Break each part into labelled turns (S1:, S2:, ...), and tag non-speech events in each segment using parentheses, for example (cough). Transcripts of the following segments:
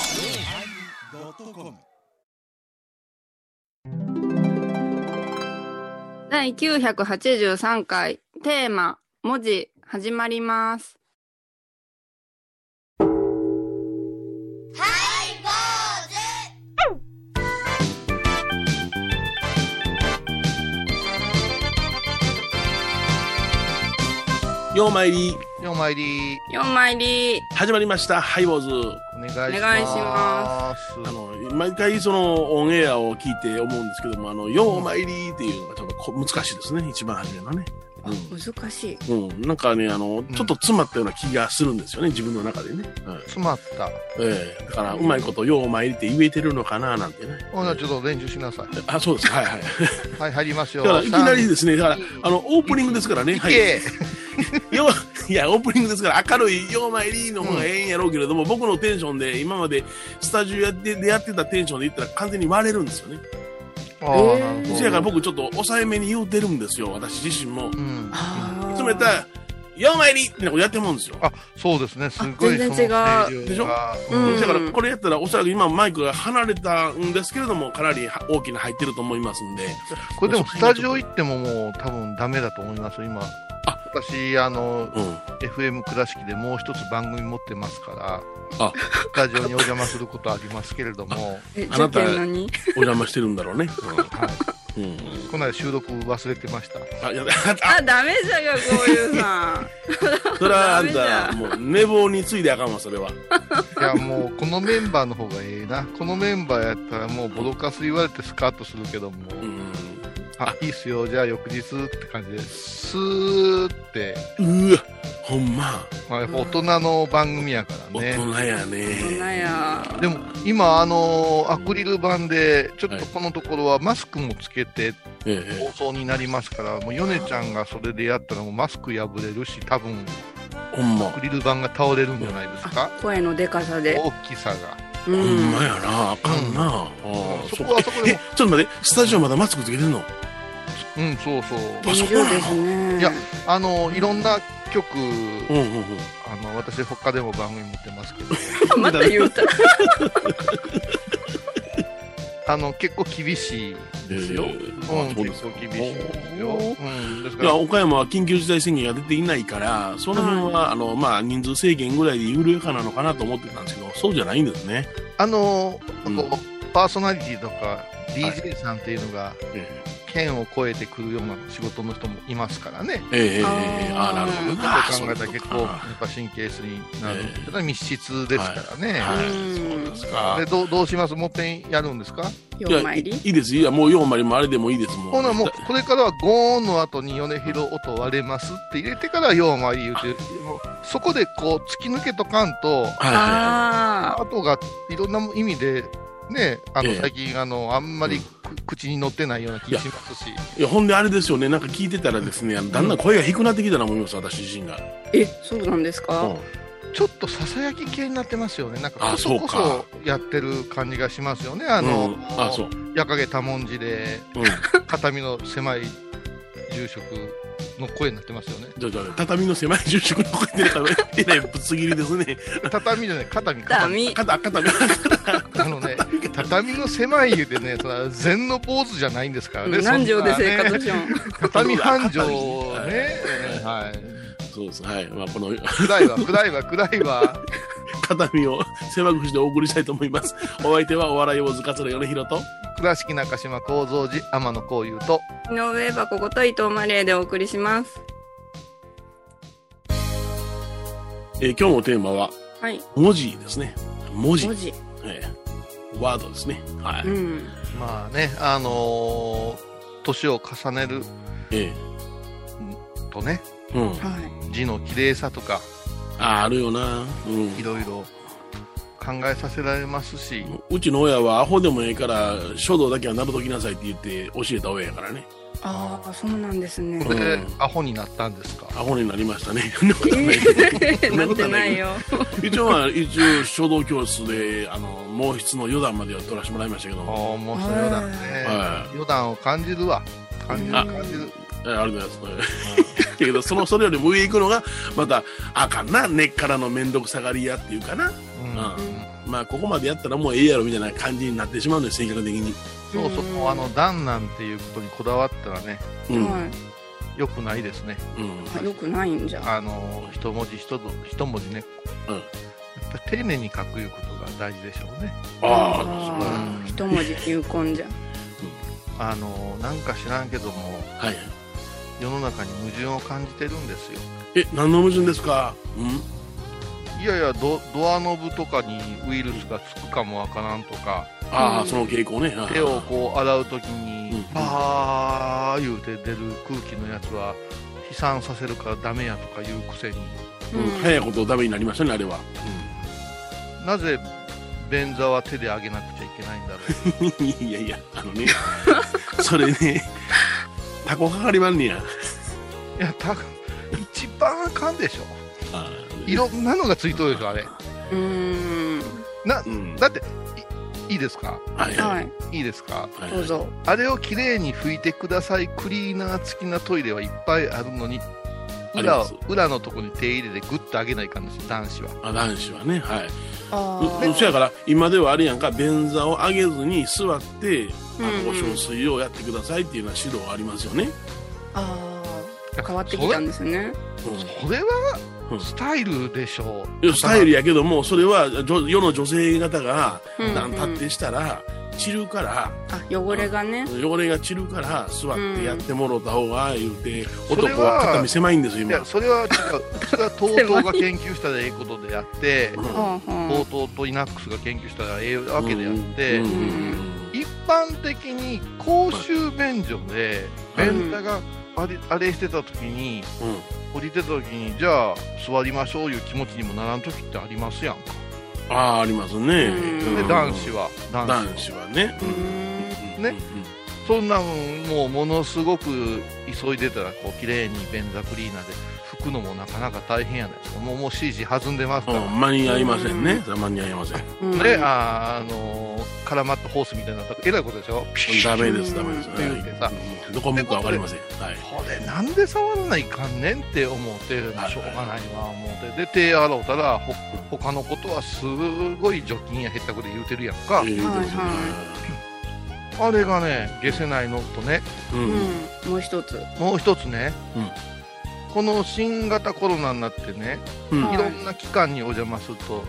S1: yosmir
S2: 第983回テーマ文字始まります
S3: ようまいり
S4: ようまいり
S2: 4枚入り
S3: 始まりましたハイボーズ
S4: お願いしま
S2: お願
S4: す。
S2: いしま
S3: あの毎回そのオンエアを聞いて思うんですけどもあのようまいりっていうのがちょっとこ難しいですね一番初めのね
S2: 難しい
S3: うん、うん、なんかねあのちょっと詰まったような気がするんですよね自分の中でね、はい
S4: 詰まった。
S3: ええだからうまいことようまいりって言えてるのかななんてね
S4: ほな、ちょっと練習しなさい。
S3: あそうですはいはい
S4: はい、入りますよ。
S3: だからいきなり
S4: 三
S3: ですねだからあのオープニングですからね
S4: い
S3: はい
S4: け
S3: よいやオープニングですから明るい「ようまいり」の方がええんやろうけれども、僕のテンションで今までスタジオやってでやってたテンションで言ったら完全に割れるんですよね
S4: ああ、なる
S2: うん
S4: ほ
S3: せ
S4: ど。
S3: やから僕ちょっと抑えめに言うてるんですよ私自身もい
S4: うん。
S2: あ
S3: つもやったら「ようまいり」ってやってもんですよ
S4: あ、そうですね。すごい
S2: あ全然
S4: その
S2: 違う
S4: 声量
S3: でしょ
S4: が
S2: うん
S3: だからこれやったらおそらく今マイクが離れたんですけれどもかなり大きな入ってると思いますんで
S4: これでもスタジオ行ってももう多分ダメだと思いますよ、今。
S3: あ
S4: 私、あの、
S3: うん
S4: FM 倉敷でもう一つ番組持ってますから、
S3: あ
S4: スタジオにお邪魔することありますけれども、
S2: え
S3: あ
S2: ちょ
S3: な
S2: ったと何
S3: お邪魔してるんだろうね、うんうん
S4: この間収録忘れてました。
S3: あいやあ
S2: あダメじゃんよこういうさん
S3: それはあん
S2: ダ
S3: たもう寝坊についであかんわそれはい
S4: や、もうこのメンバーの方がええな。このメンバーやったらもうボロカス言われてスカッとするけども、
S3: うん
S4: あ、いいっすよ、じゃあ翌日って感じで、スーって、
S3: うわほんま
S4: まあ、やっぱ大人の番組やから
S3: 大
S4: ね。
S3: 人やね
S2: そんなんや
S4: でも今、あのアクリル板で、ちょっ
S3: はい
S4: とこのところはマスクもつけて
S3: ええ
S4: 放送になりますから、もうヨネちゃんがそれでやったらもうマスク破れるし、多分
S3: ほん
S4: ア
S3: ま
S4: クリル板が倒れるんじゃないですか。
S2: 声のでかさで
S4: 大きさが。
S2: う
S3: ほん
S2: ん
S3: まやなあかんな、ああ
S4: そこは
S3: っか
S4: そこ
S3: え
S4: で
S3: えちょっと待ってスタジオまだマスクつけてんの
S4: うん、そうそう。
S3: あ
S2: 大
S3: そ
S2: 丈
S3: こなの
S2: 夫ですね
S4: いやあのいろんな曲、
S3: うんうんうん
S4: あの私他でも番組持ってます
S3: (laughs)
S4: けど
S2: また言うた
S4: あの結構厳しいですよ、
S3: え
S4: う
S3: え
S4: ん、
S3: あそうで
S4: 結
S3: すか
S4: 構厳しいですよ、
S3: お
S4: うん、ですか
S3: いや
S4: ら
S3: 岡山は緊急事態宣言が出ていないからその辺は、あのまあ、人数制限ぐらいで緩やかなのかなと思ってたんですけどそうじゃないんですね、
S4: あの
S3: うん
S4: こうパーソナリティとか DJ さんっていうのが
S3: ええ
S4: 県を越えてくるような仕事の人もいますからね
S3: ええええ
S2: あー
S3: ええああなるほど
S4: そう
S3: な
S4: 考えたら結構や
S3: あ
S4: っぱ神経質になる
S3: ええ
S4: ただ密室ですからね、
S3: はい
S2: うん
S3: そうですか
S4: でどうどうしますもっぺんやるんですか
S3: いや
S2: 4枚
S3: い
S2: 入り
S3: いいですいやもう4枚もあれでもいいですもん
S4: ほなもうこれからはゴーンの後に米広音割れますって入れてからようまい言うてもうそこでこう突き抜けとかん
S3: はいは
S4: と
S3: いはい
S2: ああ
S4: 後がいろんな意味でねあ
S3: え
S4: の
S3: え
S4: 最近あのあんまりく口に乗ってないような気しますし
S3: いや、ほんであれですよね、なんか聞いてたらですね、あのだんだん声が低くなってきたな思います、私自身が。
S2: えそうなんですか
S4: ちょっとささやき系になってますよねなんか
S3: あ
S4: こそこ
S3: そう
S4: そやってる感じがしますよね
S3: あ
S4: あ
S3: の、う
S4: の
S3: ん、あ、そう。
S4: 矢影多文字で
S3: (laughs) うん。
S4: 片身の狭い住職の声になってますよね
S3: じゃあじゃあ畳の狭い住職の声出るから、えらいぶつ切りですね。
S4: 畳じゃない片身
S2: ダ
S4: 片身
S2: ミ
S3: (laughs) 肩、肩が。
S4: あのね、畳の狭い湯でね、それは禅の坊主じゃないんですからね。
S2: 何畳で
S4: そん
S2: 生
S4: なね
S2: 活しよん
S4: 畳半
S3: (laughs)
S4: 畳を
S3: 畳
S4: ね、はい。
S3: そうです。はい。まあ、この
S4: 暗いわ、暗いわ、暗いわ。
S3: 畳を狭くしてお送りしたいと思います。お相手はお笑い王子桂米広と、
S4: 倉敷中島幸三寺天野幸雄と、
S2: 井上箱こと伊藤マレーでお送りします
S3: えー今日のテーマは、
S2: はい
S3: 文字ですね。文字
S2: 文。字
S3: えーワードですね。はい。
S2: うん
S4: まあね、あのー年を重ねる
S3: え
S4: とね、
S3: ーうん。
S2: は
S4: 字の綺麗さとか、
S3: あ、あるよな。うん
S4: い。ろいろ考えさせられますし、
S3: うちの親はアホでもええから書道だけは習ときなさいって言って教えた親やからね
S2: いああそうなんですね
S3: うん
S4: で、アホになったんですか。
S3: アホになりましたね (laughs) そんなことはない
S2: (laughs)
S3: けど
S2: なってないよ。
S3: 一応は一応書道教室であの毛筆の余談までは取らせてもらいましたけど
S4: ああ、
S3: は
S4: もうその余談ね。
S3: い
S4: 余談を感じるわ。感じる
S3: あ
S4: 感じる。
S3: えあるじゃないですか。だけど、その、それよりも上行くのが、また、あかんな、根っからのめんどくさがり屋っていうかな。
S4: うん
S3: まあ、ここまでやったらもうええやろみたいな感じになってしまうんです、性格的に。
S4: そうそう、もうあの、段なんていうことにこだわったらね、
S3: うん。
S2: は
S4: 良くないですね。
S3: うん。
S2: い。よくないんじゃ。
S4: あの、一文字一文字一文字ね、
S3: うん
S4: やっぱり丁寧に書くいうことが大事でしょうね。
S3: ああ、
S2: ー一文字求婚じゃ。
S4: あの、なんか知らんけども、
S3: はい。
S4: 世の中に矛盾を感じてるんですよ。
S3: え、何の矛盾ですかうん
S4: いやいやド、ドアノブとかにウイルスがつくかもわからんとか、
S2: う
S3: ああ、
S2: ん
S3: その傾向ね。あー
S4: 手をこう洗うとき
S3: うん
S4: に、あー言うて出る空気のやつは、飛散させるからダメやとか言うくせに、
S3: うん
S2: うん
S3: 早いことダメになりましたね、あれは。
S4: なぜ便座は手で上げなくちゃいけないんだろう。
S3: いやいや、あのね、それね、タコかかりまんねや。 (laughs)
S4: いや、た一番あかんでしょ。
S3: あ
S4: いろんなのがついとるでしょ、あれ。
S2: うーん。
S4: な
S3: ー、うん。
S4: だって、いいいですか
S3: はい。
S2: はいい。
S4: いいですか
S3: はい
S2: どうぞ。
S4: あれをきれいに拭いてくださいクリーナー付きなトイレはいっぱいあるのに
S3: あり
S4: 裏
S3: ま
S4: を
S3: す
S4: 裏のとこに手入れでグッと上げないかんですよ男子は
S3: あ男子はね、はい。
S2: あ
S3: う
S2: ー
S3: んそやから、今ではあれやんか、便座を上げずに座って、あ
S2: うん
S3: の、お小水をやってくださいっていうような指導がありますよね。
S2: ああ。変わってきたんですね。
S3: うん
S4: それそれ
S3: うん
S4: はスタイルでしょう、
S3: いやスタイルやけども、それは女世の女性方が、
S2: うんうん
S3: なん立ってしたら、散るから、
S2: あ、汚れがね。
S3: 汚れが散るから、座ってやってもろた方が、言うて、
S4: うん
S3: 男は肩身狭いんですよ、
S4: い
S3: 今。
S4: やそれは違う
S2: (laughs)
S4: それは TOTO が研究したらええことであって
S3: うん
S2: はあは
S4: TOTO と Linux が研究したらええわけであって、
S3: うんうんうんうん
S4: 一般的に公衆便所で
S3: はい
S4: 便座があれあれしてた時に
S3: うん
S4: 降りてた時にじゃあ座りましょういう気持ちにもならん時ってありますやんか
S3: ああありますね、
S2: うん
S4: で
S2: うん
S4: 男子は男子は
S3: 男子はね
S2: うーん
S4: ねそんなんもうものすごく急いでたらこう綺麗に便座クリーナーで拭くのもなかなか大変やないですかもうもうしいし弾んでま
S3: う
S4: すか
S3: ん
S4: ら、
S3: うん間に合いませんね、間に合いません
S2: うん
S4: であーあのー絡まったホースみたいになったらえらいことでしょピシ
S3: ダ
S4: ッ
S3: メですダメです、
S4: うんって言ってさ
S3: うんどこ向くか分かりませんはい
S4: これなんで触らないかんねんって思ってしょうがないわ思ってで手洗うたらほ他のことはすごい除菌やへったくで言うてるやんか
S3: ええ
S2: はい
S3: ですね
S4: あれがね消せないのとね
S3: うん
S2: うん。もう一つ。
S4: もう一つね、
S3: うん
S4: この新型コロナになってね、
S3: うん
S2: はい
S4: いろんな機関にお邪魔すると、
S3: うん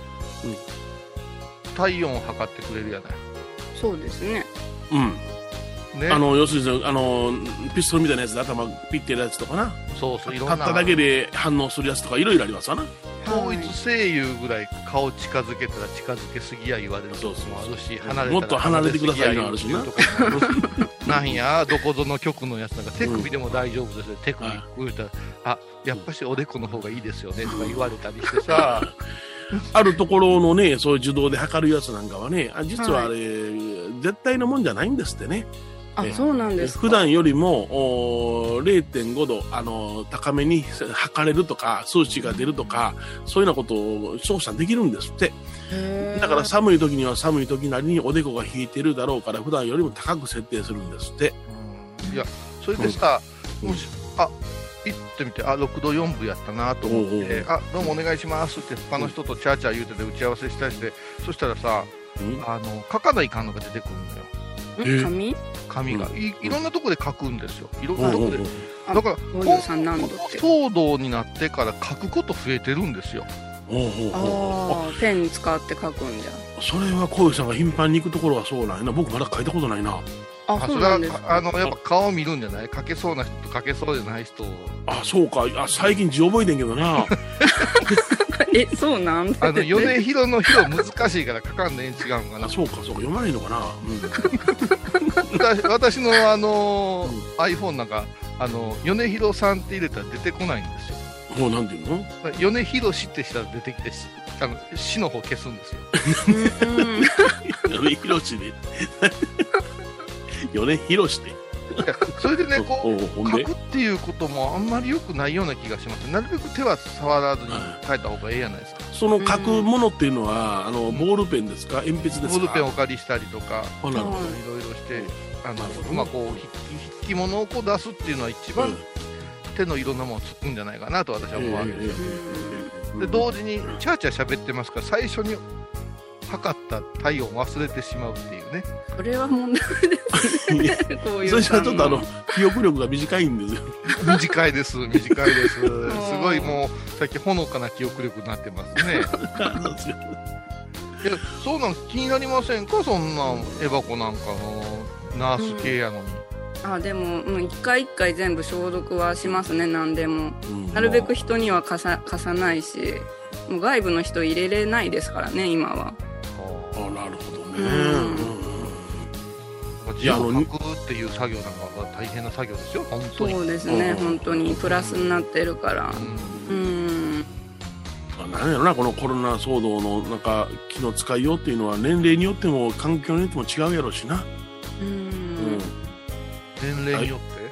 S4: 体温を測ってくれるやない。
S2: そうですね。
S3: うん
S4: ね、
S3: あの要するにあのピストルみたいなやつで頭ピッてやるやつとかな
S4: そうそうい
S3: 立
S4: ろ
S3: っ
S4: んな
S3: ただけで反応するやつとかいろいろありますわ
S4: (laughs)
S3: な
S4: 統一声優ぐらい顔近づけたら近づけすぎや言われるとこもあるし
S3: そう
S4: 離れたら
S3: もっと離れてくださいのあるしな
S4: 離れすぎや言うとこもあるしなんやどこぞの局のやつなんか手首でも大丈夫ですよ、手首こう言ったらあやっぱしおでこの方がいいですよねとか言われたりして
S3: (laughs)
S4: さ
S3: さああるところのねそういう自動で測るやつなんかはねあ実はあれ、絶対のもんじゃないんですってね
S2: あ
S3: ええ、
S2: そうなんですか。
S3: 普段よりもおー0.5度、あのー高めに測れるとか数値が出るとかそういうようなことを操作できるんですって
S2: へー。
S3: だから寒い時には寒い時なりにおでこが冷えてるだろうから普段よりも高く設定するんですって
S4: うんいやそれでさ、
S3: うん
S4: もしあ行ってみてあ6度4分やったなと思って、
S3: おうおう
S4: あどうもお願いしますって他の人とチャーチャー言うてて打ち合わせしたりしてそしたらさ
S3: うん
S4: あの書かないかんのが出てくるのよ
S2: ん髪
S4: 紙が、
S3: うん
S4: いいろんなとこで書くんですよいろん
S3: う
S4: なんと
S3: う
S4: こ
S3: ん
S4: で、
S3: うん
S2: あ
S4: だから
S2: 53何度って
S4: この騒動になってから書くこと増えてるんですよ
S3: うんうん
S2: ああ、ペン使って書くんじゃ。
S3: それは小雪さんが頻繁に行くところはそうなんやな僕まだ書いたことないな
S2: あ、そう
S4: れは
S2: なんですか。
S4: あのやっぱ顔見るんじゃない書けそうな人と書けそうじゃない人を
S3: あそうかあ最近字覚えてんけ
S2: (laughs)
S3: どな
S2: え、そうなん (laughs)
S4: あの米広の広難しいから書かんでええん違うんかな
S3: あそうかそうか読まないのかな、うん
S4: 私私の、あの
S3: うん
S4: iPhone なんか、あの米広さんって入れたら出てこないんですよ。
S3: もうなんていうの
S4: だから米広氏ってしたら出てきて、しあの死の方消すんですよ。
S2: うん
S3: 米 (laughs) 広しで。米広しで。
S4: いやそれで
S3: (laughs)
S4: ね、
S3: お
S4: こ
S3: うほ
S4: う、
S3: んで
S4: 書くっていうこともあんまり良くないような気がします。なるべく手は触らずに書いた方がええやないですか。
S3: その書くものっていうのは、あのボールペンですか鉛筆ですか
S4: ボールペンをお借りしたりとか、
S3: あなるほど
S4: いろいろして、あ
S3: なるほど
S4: の、まあ、こう、筆記、筆記物をこう出すっていうのは一番手のいろんなものをつくんじゃないかなと私は思うわけですよ。で
S3: どう
S4: 同時にチャーチャー喋ってますから最初に測った体温を忘れてしまうっていうね
S2: (laughs) これは問題
S3: いや
S2: です。こういう
S3: それじゃちょっとあの
S2: 感
S3: 記憶力が短いんですよ
S4: (laughs) 短いです短いですすごいもうさっきほのかな記憶力になってますねいやそうなん気になりませんかそんなエバコなんかのナース系やのに、
S2: あでも、うん、一回一回全部消毒はしますね何でも
S3: うん
S2: なるべく人には貸さ貸さないしもう外部の人入れれないですからね今は
S3: あなるほどね、
S2: うん
S4: まあ字を書くっていう作業なんかが大変な作業ですよ本当に
S2: そうですね
S3: うん
S2: 本当にプラスになってるからう
S4: うん
S2: ん
S3: うんなんやろなこのコロナ騒動のなんか気の使いようっていうのは年齢によっても環境によっても違うやろうしな、
S2: う
S3: うん
S2: ん
S4: 年齢によって、
S3: ね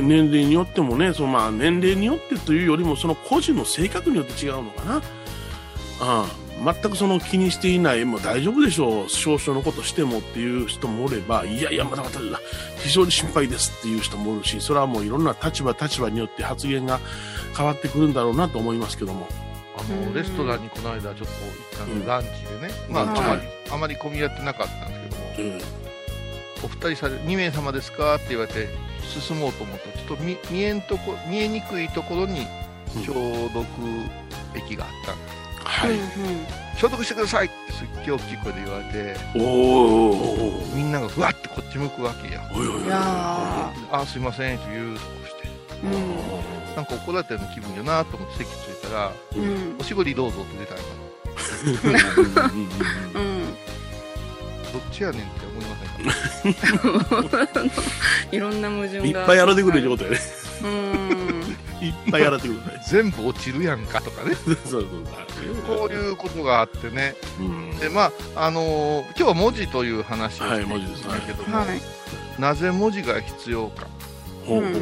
S3: 年齢によってもねそのまあ年齢によってというよりもその個人の性格によって違うのかなああ全くその気にしていないもう大丈夫でしょう少々のことしてもっていう人もおればいやいやまだまだだ非常に心配ですっていう人もおるしそれはもういろんな立場立場によって発言が変わってくるんだろうなと思いますけども
S4: あ
S2: うん
S4: のレストランにこの間ちょっと行ったん
S3: うん
S4: で、ランチでね、ま
S3: うん
S4: あ、あまりあまり混み合ってなかったんですけども、
S3: うん
S4: お二人され2名様ですかって言われて進もうと思ったらちょっと見見えんとこ見えにくいところに
S3: うん
S4: 消毒液があったんです、
S3: はい、
S4: 消毒してくださいってすっげえ大きい声で言われて
S3: おーおーおー
S4: みんながふわってこっち向くわけや
S3: おいおいおい
S2: いや
S4: 「あーすいません」って言うとこして
S2: ーうん
S4: なんか怒られたような気分やなと思って席着いたら
S3: う
S2: うんん
S4: 「おしごりどうぞ」って出たんや
S3: (laughs)
S2: うん (laughs)
S4: どっちやねんって思いませんか
S2: いろんな矛盾が
S3: いっぱいやられてくるってことやね
S2: うん
S3: いっぱいやられてくる (laughs) ね
S4: 全部落ちるやんかとかね
S3: そうそうそう
S4: こういうことがあってね
S3: うん
S4: でまああのー今日は文字という話を
S3: は
S4: し
S3: い
S4: てい
S3: 文字
S4: き
S3: です
S4: たいけども、
S2: はい
S4: なぜ文字が必要か
S3: ほうほうほ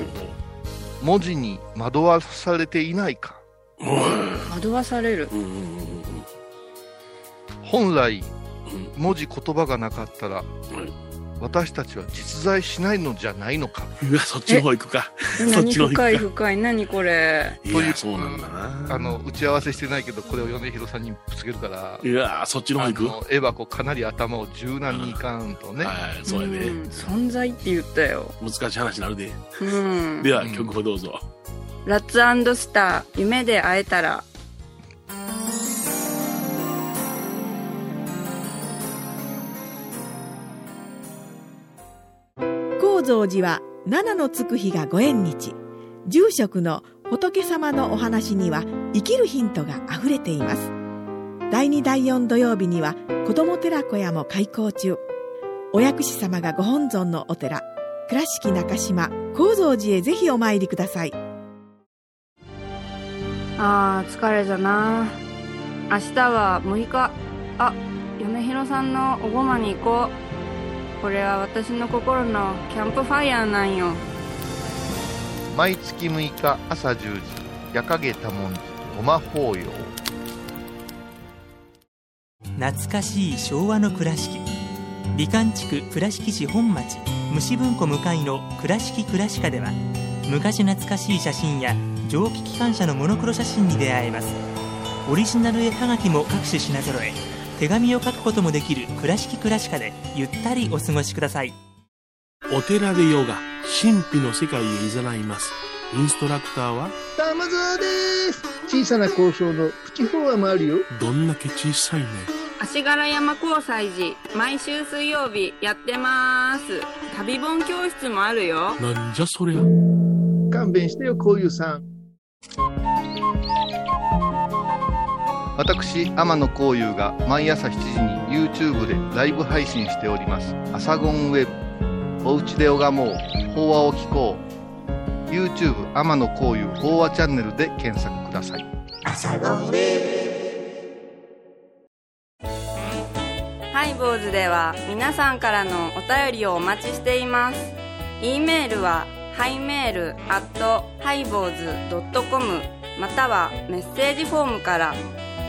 S4: 文字に惑わされていないか
S3: ううん
S2: 惑わされる
S3: うんうんうん
S4: 本来
S3: うん
S4: 文字言葉がなかったら
S3: うん
S4: 私たちは実在しないのじゃないのか
S3: うわそっちの方行くか (laughs) そっ
S2: 何
S3: ちの方行くか
S2: 深い深い何これ
S3: い
S4: という
S3: やそうなんだな
S4: あの打ち合わせしてないけどこれを米広さんにぶつけるから
S3: いやそっちの
S4: あ
S3: 方行く
S4: のエバコかなり頭を柔軟にいかんとね
S3: はいそうや
S2: ん
S3: ね
S2: 存在って言ったよ
S3: 難しい話になるで
S2: うん
S3: では
S4: うん
S3: 曲をどうぞ
S2: ラッツスター夢で会えたら
S1: 高蔵寺は七のつく日がご縁日住職の仏様のお話には生きるヒントがあふれています第2第4土曜日には子ども寺小屋も開校中お薬師様がご本尊のお寺倉敷中島・高蔵寺へぜひお参りください
S2: あー疲れじゃな明日は6日あ嫁ひろさんのおごまに行こうこれは私の心のキャンプファイヤーなんよ
S4: 毎月6日朝10時夜影多文字ごま法要
S5: 懐かしい昭和の倉敷美観地区倉敷市本町虫文庫向かいの「倉敷倉歯科」では昔懐かしい写真や蒸気機関車のモノクロ写真に出会えますオリジナル絵はがきも各種品揃え手紙を書くこともできる「倉敷倉歯科」でゆったりお過ごしください
S3: お寺でヨガ神秘の世界へ誘いますインストラクターは
S6: 玉沢です小さな交渉のプチフォアもあるよ
S3: どんだけ小さいね
S2: 足柄山交際時毎週水曜日やってます旅本教室もあるよ
S3: なんじゃそりゃ
S6: 勘弁してよこういうさん
S4: 私天野幸雄が毎朝7時に YouTube でライブ配信しております「アサゴンウェブ」「おうちで拝もう法話を聞こう」YouTube 天野幸雄法話チャンネルで検索くだ
S3: (laughs)
S4: さい
S2: ハイボーズでは皆さんからのお便りをお待ちしています。e メールはハイメールアットハイボーズドットコムまたはメッセージフォームから。フ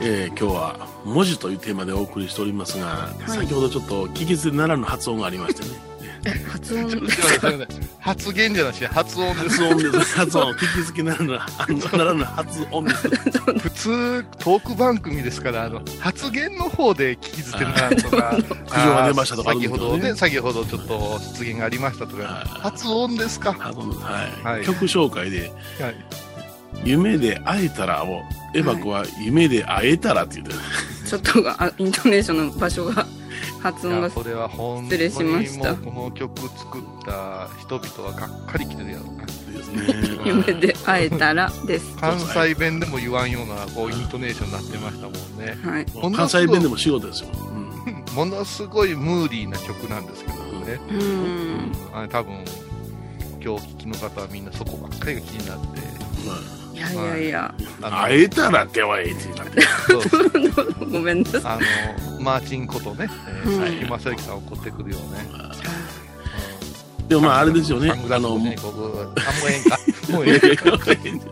S3: えー今日は「文字」というテーマでお送りしておりますが、先ほどちょっと聞き捨てならぬ発音がありま
S4: (laughs)
S3: してね
S2: 発音
S4: すいませんすいません発言じゃなし発音で
S3: (laughs)
S4: す
S3: 発音です発音聞き捨てならぬあのならぬ発音です
S4: 普通トーク番組ですからあの発言の方で聞き捨てならんとか
S3: (laughs) 苦情が出ましたとか
S4: あー先ほど
S3: あるん
S4: ね先ほどちょっと失言がありましたとか
S3: はい
S4: (laughs) 発音ですか
S3: 発音はい、
S4: はい
S3: 曲紹介で
S4: はい
S3: 「夢で会えたら」をエバ子は「夢で会えたら」って言ってる、
S2: ちょっとがあイントネーションの場所が発
S4: い
S2: 音
S4: や
S2: が
S4: これは本当
S2: 失礼
S4: に
S2: しまし
S4: も
S2: た
S4: うこの曲作った人々はがっかりきてるやろうな
S3: ですね
S2: 夢で会えたらです
S4: 関西弁でも言わんようなこうイントネーションになってましたもんね
S2: はい
S3: もう関西弁でも仕事ですよ、うん
S4: ものすごいムーディーな曲なんですけどね、
S2: うん
S4: あ多分今日お聴きの方はみんなそこばっかりが気になって
S2: いやいやいや (laughs)
S4: あの
S3: 会えたらってはええってなって
S4: そう
S2: ごめんなさい
S4: あのマーチンことね、え
S2: うん
S4: ー、佐伯正幸さん怒ってくるよね、
S3: でもまああれですよね
S4: サングラ
S3: あ
S4: ス
S3: の
S4: 越しにこうあもうええんかもうえ
S3: (laughs)
S4: えんか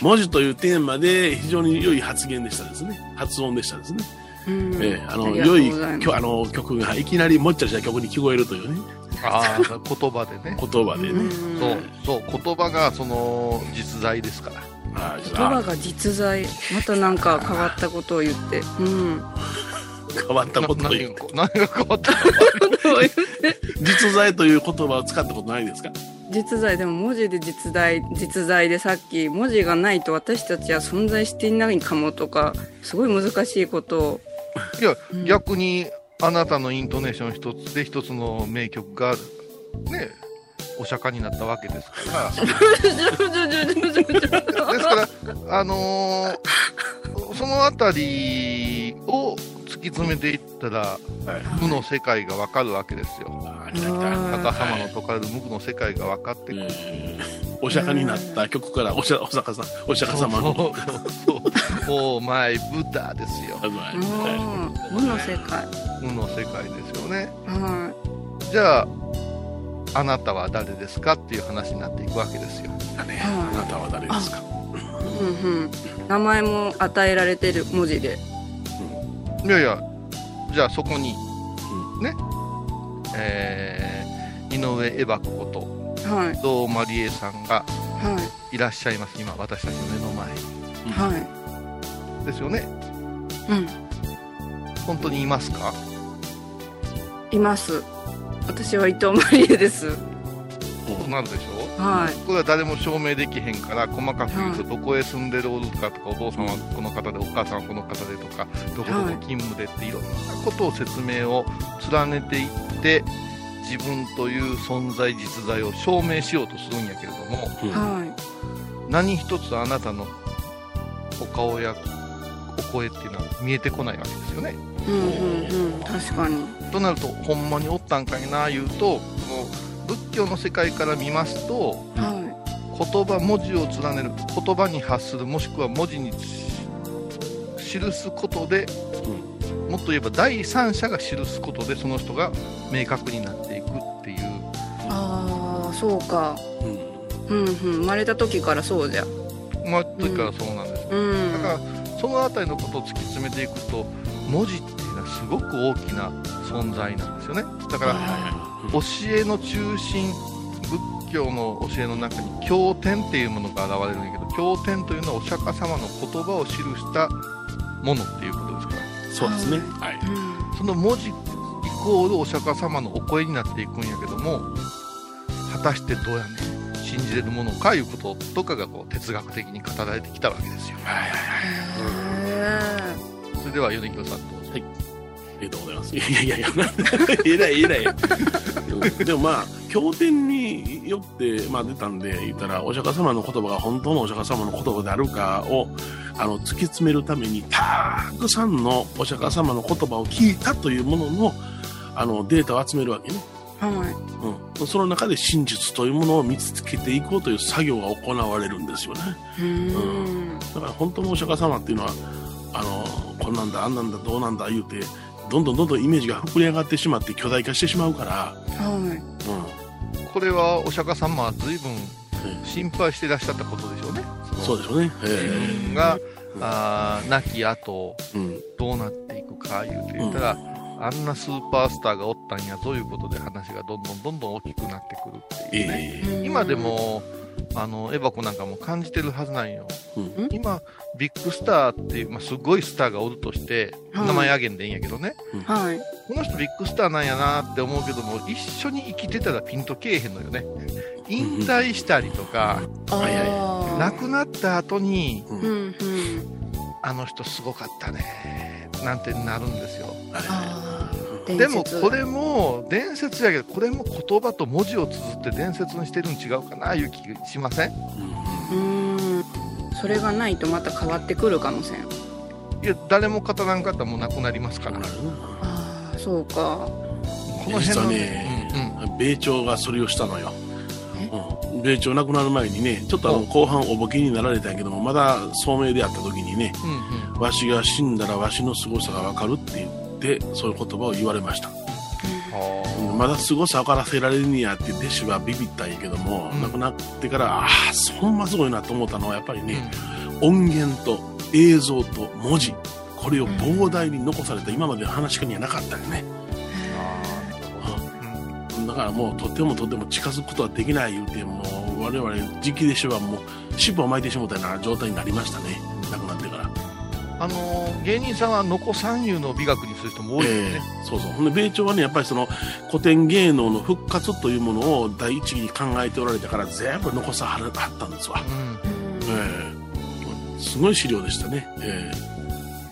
S3: 文字というテーマで非常に良い発言でしたですね発音でしたですね、
S2: うん
S3: ええあの
S2: りがとう
S3: 良い
S2: ござ
S3: きょあの曲がいきなりもっちゃりした曲に聞こえるというね
S4: ああ言葉でね
S3: 言葉でね、
S4: そ
S2: ま
S4: うそう言葉がその実在ですから
S3: あ
S2: す言葉が実在またなんか変わったことを言ってうん
S3: 変わ (laughs) ったことを言う
S4: な (laughs) 何が何が変わったの
S3: 実在という言葉を使ったことないですか
S2: 実在でも文字で実在実在でさっき文字がないと私たちは存在していないかもとかすごい難しいこと
S3: (laughs)
S2: を
S4: いや、
S2: うん
S4: 逆にあなたのイントネーション一つで一つの名曲がねお釈迦になったわけですから
S3: (laughs)
S4: ですからあのーそのあたりを突き詰めていったら
S3: はい
S4: 無の世界がわかるわけですよ
S3: あ来た来た
S4: 釈迦様の説かれる無の世界が分かってくる、
S3: えーお釈迦になった曲からおしゃお釈迦さんお釈迦様の
S4: そうそうそうお前ブッダですよ
S3: あのはい
S2: もう無の世界
S4: 無の世界ですよね
S2: は
S4: じゃああなたは誰ですかっていう話になっていくわけですよ
S2: い
S3: あ
S2: は
S3: なたは誰ですか
S2: いうんうん名前も与えられてる文字で
S4: いやいや、じゃあそこに、ね、えー、井上絵箱こと、
S2: はい
S4: 堂マリエさんが
S2: はい
S4: らっしゃいます、今、私たちの目の前に
S2: いはい
S4: ですよね。
S2: うん
S4: 本当にいますか
S2: います私は伊藤マリエです
S4: そうなるでしょ
S2: は
S4: これは誰も証明できへんから、細かく言うと、どこへ住んでるおるかとか、お父さんはこの方で、お母さんはこの方でとか、どこどこ勤務でって、いろんなことを説明を連ねていって、自分という存在、実在を証明しようとするんやけれども、
S2: いはい
S4: 何一つあなたのお顔やお声っていうのは見えてこないわけですよね。
S2: うんうんうん確かに
S4: となるとほんまにおったんかいな言うとこの仏教の世界から見ますと
S2: は
S4: 言葉文字を連ねる言葉に発するもしくは文字に記すことでもっと言えば第三者が記すことでその人が明確になっていくっていう
S2: いああそうかうんうん生まれた時からそうじゃ
S4: まあ時からそうなんです。
S2: うん
S4: だからそのあたりのことを突き詰めていくと文字っていうのはすごく大きな存在なんですよねだから教えの中心仏教の教えの中に経典っていうものが現れるんやけど経典というのはお釈迦様の言葉を記したものっていうことですか
S3: そ
S4: ら
S3: うですねはい
S2: うん
S4: その文字イコールお釈迦様のお声になっていくんやけども果たしてどうやねん信じれるものかいうこととかがこう哲学的に語られてきたわけですよ
S2: へ
S4: それでは米広さんどうぞ
S3: ありがとうございます。いやいやいや、えらいえらい。うん (laughs) でもまあ経典によって、まあ、出たんで言ったらお釈迦様の言葉が本当のお釈迦様の言葉であるかをあの突き詰めるためにたくさんのお釈迦様の言葉を聞いたというもののあのデータを集めるわけね、
S2: はい
S3: うん、その中で真実というものを見つけていこうという作業が行われるんですよね
S2: うーん
S3: だから本当のお釈迦様っていうのはあのこんなんだあんなんだどうなんだ言うてどんどんどんどんイメージが膨れ上がってしまって巨大化してしまうから、
S2: はい
S3: うん、
S4: これはお釈迦様は随分
S3: え
S4: 心配してらっしゃったことでしょうね。
S3: そうでしょうね、え
S4: 自
S3: え
S4: 分が、あー亡き後、
S3: うん
S4: どうなっていくか言うて言ったら、あんなスーパースターがおったんやぞいうことで話がどんどんどんどん大きくなってくるっていうね。
S3: ええ
S4: 今でも、あの、エヴァ子なんかも感じてるはずなんよ。
S3: うん
S4: 今、ビッグスターっていう、まあ、すごいスターがおるとして、
S2: はい
S4: 名前あげんでいいんやけどね。
S2: はい
S4: この人ビッグスターなんやなって思うけども、一緒に生きてたらピンとけえへんのよね。引退したりとか、
S3: はいはい
S2: あ
S4: 亡くなった後に、
S3: う
S2: ーうん
S3: ん
S2: うん
S4: あの人すごかったね、なんてなるんですよ。
S2: あー
S4: でも
S2: 伝説
S4: これも伝説やけどこれも言葉と文字を綴って伝説にしてるん違うかないう気がしません
S2: うーんそれがないとまた変わってくるかもしれん
S4: いや誰も語らんかったらもうなくなりますからこ
S2: ああそうか
S4: の辺
S3: 実は
S4: の
S3: ね
S4: うんうん
S3: 米朝がそれをしたのよ、うん、米朝亡くなる前にねちょっとあの後半おぼけになられたんやけどもまだ聡明であった時にね
S4: うんうん
S3: わしが死んだらわしの凄さがわかるって言ってそういう言葉を言われました、うんまだ凄さ分からせられるんやって弟子はビビったんやけども、
S4: うん
S3: 亡くなってからああそんますごいなと思ったのはやっぱりね、音源と映像と文字これを膨大に残された今までの話し家にはなかったよねだからもうとてもとても近づくことはできない言うてもう我々直弟子はもう尻尾を巻いてしもたような状態になりましたね亡くなってから、
S4: あのー芸人さんは残三遊の美学にする人も多いよ
S3: え
S4: ね、
S3: えそうそうほんで米朝はねやっぱりその古典芸能の復活というものを第一義に考えておられたから全部残さはるはったんですわ、
S2: うん
S3: ええすごい資料でしたねえ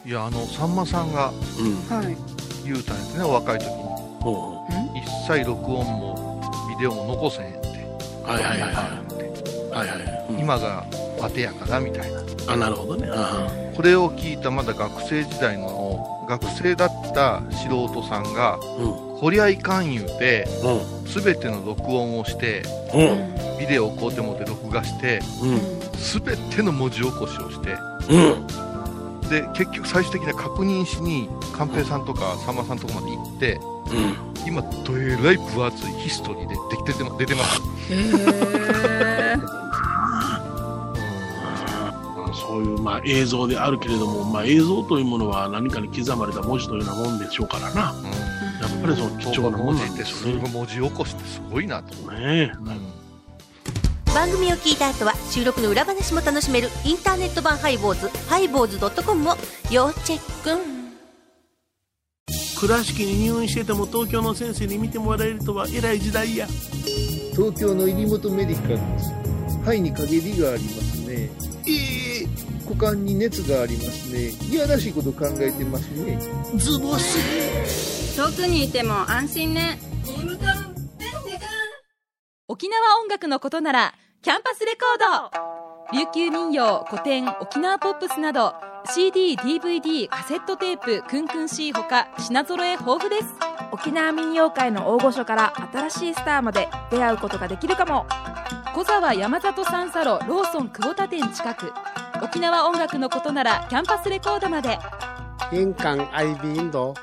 S4: うん、いやあのさんまさんが
S3: えうん
S2: はい
S4: 言うたんですねお若い時に
S3: ほ
S4: 一切録音もビデオも残せへんって
S3: うはいはいはいは
S4: って
S3: いはいはい、うん
S4: 今が当てやからみたいな
S3: あなるほどねああ
S4: これを聞いたまだ学生時代の学生だった素人さんが
S3: うん
S4: こりゃいかん言うて
S3: うん
S4: 全ての録音をして
S3: う
S2: うんん
S4: ビデオをこうてもって録画して
S3: うん
S4: 全ての文字起こしをして
S3: うん
S4: で結局最終的な確認しに寛平さんとかさんまさんのとこまで行って
S3: うん
S4: 今どえらい分厚いヒストリーでできてても出てます、
S2: へえ
S3: そういう、まあ、映像であるけれども、まあ、映像というものは何かに刻まれた文字というようなもんでしょうからな。
S4: う
S3: やっぱりその
S4: ん、
S3: 貴重なも
S4: 文
S3: ん
S4: 字
S3: なん
S4: って
S3: です
S4: それ
S3: ね
S4: が。文字起こしってすごいなと思う、
S3: ね
S4: うん
S7: 番組を聞いた後は収録の裏話も楽しめるインターネット版ハイボーズハイボーズドットコムを要チェック
S3: 倉敷に入院してても東京の先生に見てもらえるとは偉い時代や。
S6: 東京の入元メディカルです肺に陰りがありますね
S3: ええ
S6: 股間に熱がありますねいやらしいこと考えてますね
S3: ズボス。
S2: 遠くにいても安心ね
S8: 沖縄音楽のことならキャンパスレコード琉球民謡古典沖縄ポップスなど CDDVD カセットテープクンクン C ほか品揃え豊富です
S9: 沖縄民謡界の大御所から新しいスターまで出会うことができるかも
S8: 小沢山里三佐路ローソン久保田店近く沖縄音楽のことならキャンパスレコードまで
S10: 香港爱民度。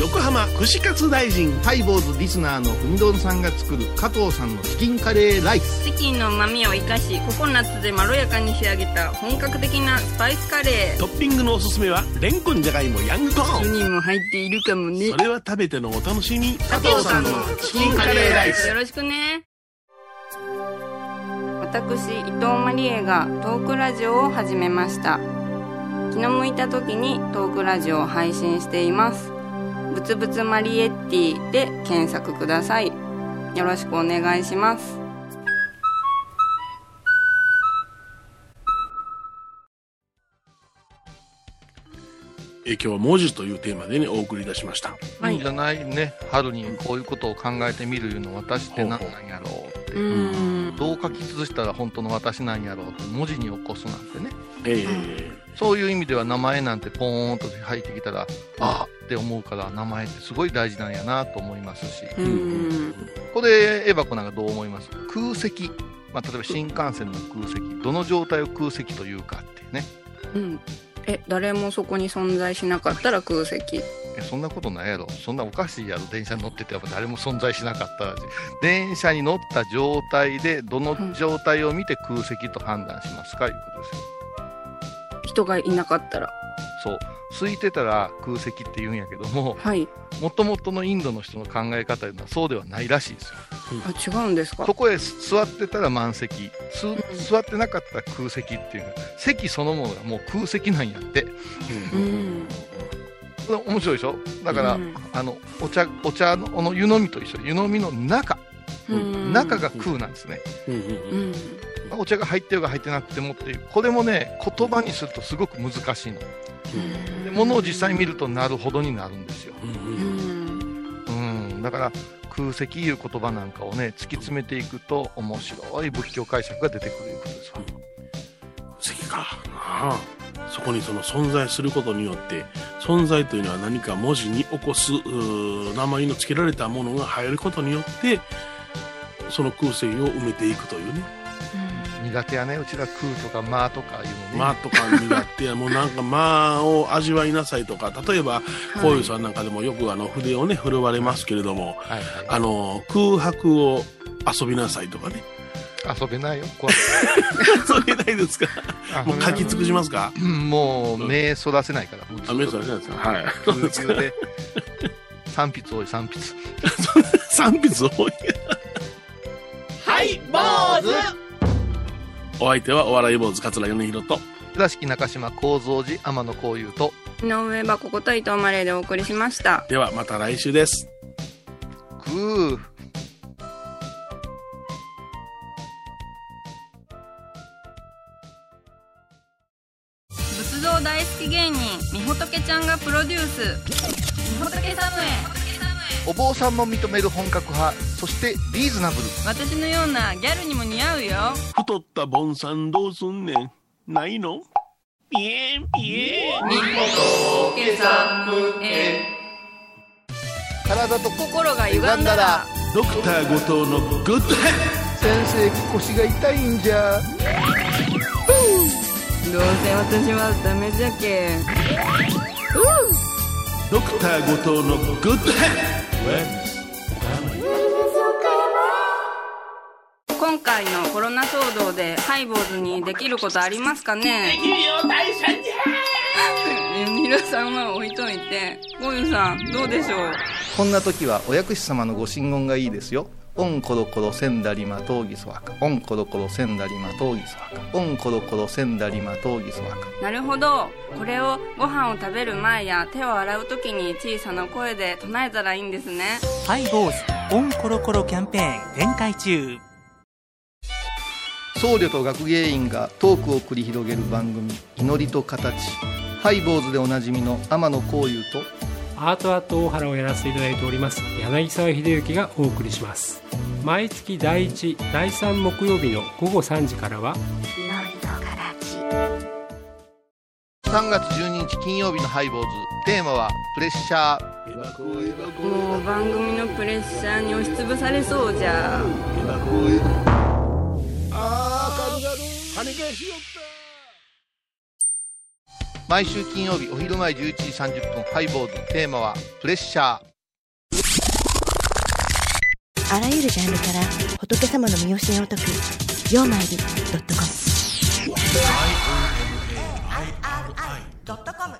S3: 横浜串カツ大臣。
S4: ハイボーズリスナーの海丼さんが作る加藤さんのチキンカレーライス
S2: チキンの旨味を生かしココナッツでまろやかに仕上げた本格的なスパイスカレ
S3: トッピングのおすすめは、レンコンじゃがいもヤングコ
S2: ー
S3: ーン。
S2: 人も入っているかもね
S3: それは食べてのお楽しみ。
S2: 加藤さんのチキンカレーライスよろしくね私伊藤マリエがトークラジオを始めました気の向いた時にトークラジオを配信していますぶつぶつマリエッティで検索くださいよろしくお願いします
S3: えー今日は文字というテーマでね、お送りいたしました。
S4: いいんじゃないね春にこういうことを考えてみるいうの私って何なんやろうって
S2: うん
S4: どう書き写したら本当の私なんやろうと文字に起こすなんてね
S3: え
S4: そういう意味では名前なんてポーンと入ってきたらああって思うから名前ってすごい大事なんやなと思いますし
S2: うんうん
S4: これエバコなんかどう思います空席、まあ、例えば新幹線の空席どの状態を空席というかっていうね
S2: うんえ誰もそこに存在しなかったら空席
S4: いやそんなことないやろそんなおかしいやろ電車に乗っててやっぱ誰も存在しなかったらし電車に乗った状態でどの状態を見て空席と判断しますかいうことですよ
S2: 人がいなかったら
S4: そう空いてたら空席って言うんやけども
S2: はい
S4: もともとのインドの人の考え方というのはそうではないらしいですよ
S2: あ違うんですか
S4: そこへ座ってたら満席す座ってなかったら空席っていう席そのものがもう空席なんやって
S2: うん
S4: これ面白いでしょだから、
S2: うん
S4: あのお茶お茶のこの湯飲みと一緒湯飲みの中
S2: うん
S4: 中が空なんですね、
S3: えうんうん
S2: うん
S3: う
S2: ん
S4: お茶が入ってようが入ってなくてもっていうこれもね言葉にするとすごく難しいので物を実際見るとなるほどになるんですよ
S3: うんうん
S2: うん
S4: うんだから空席いう言葉なんかをね突き詰めていくと面白い仏教解釈が出てくるいうことですわ
S3: 席かなあそこにその存在することによって存在というのは何か文字に起こすうー名前の付けられたものが入ることによってその空席を埋めていくというね
S4: 苦手やねうちら空とか間とかいうのね、
S3: 間とかになって (laughs) もうなんか間を味わいなさいとか例えばこういうさんなんかでもよくあの筆をね振るわれますけれども
S4: はいはい
S3: あの空白を遊びなさいとかね (laughs)
S4: 遊べないよ怖い
S3: そう言えないですか (laughs) もう書き尽くしますか
S4: うんもう目そらせないから
S3: あ目そらせないですかはい
S4: ぎゅうぎゅうで (laughs) 三筆多い三筆
S3: 三筆多い
S4: はい坊主
S3: お相手はお笑い坊主桂米宏と
S4: 倉敷中島幸三寺天野幸雄と
S2: 井上はここと伊藤マレーでお送りしました
S3: ではまた来週です
S4: グー
S2: 仏像大好き芸人みほとけちゃんがプロデュースみほとけサムエ
S4: お坊さんも認める本格派そしてリーズナブル
S2: 私のようなギャルにも似合うよ
S3: 太ったボンさんどうすんねんないのピエンピエン
S2: おけサムエ
S4: 体と
S2: 心が歪んだら
S3: ドクター後藤のグッドヘッ
S6: 先生腰が痛いんじゃ
S2: どうせ私はダメじゃけ
S3: ドクター後藤のグッドヘッ
S2: 今回のコロナ騒動でハイボーズにできることありますかねできるよ大社じゃ皆さんは置いといてゴユさんどうでしょう
S4: こんな時はお薬師様のご神言がいいですよ。オンコロコロセンダリマトウギソワカ。オンコロコロセンダリマトウギソワカ。オンコロコロセンダリマトウギソワカ。
S2: なるほどこれをご飯を食べる前や手を洗う時に小さな声で唱えたらいいんですね
S5: ハイボーズオンコロコロキャンペーン展開中
S4: 僧侶と学芸員がトークを繰り広げる番組祈りと形。ハイ坊主でおなじみの天野幸雄と
S11: アートアート大原をやらせていただいております柳沢秀幸がお送りします毎月第1第3木曜日の午後3時からは
S4: 3月12日金曜日のハイ坊主。テーマはプレッシャー。
S2: もう番組のプレッシャーに押しつぶされそうじゃ
S4: 毎週金曜日お昼前11時30分ハイ坊主。テーマはプレッシャー。
S12: あらゆるジャンルから仏様の見教えを解く「曜マイルドットコム」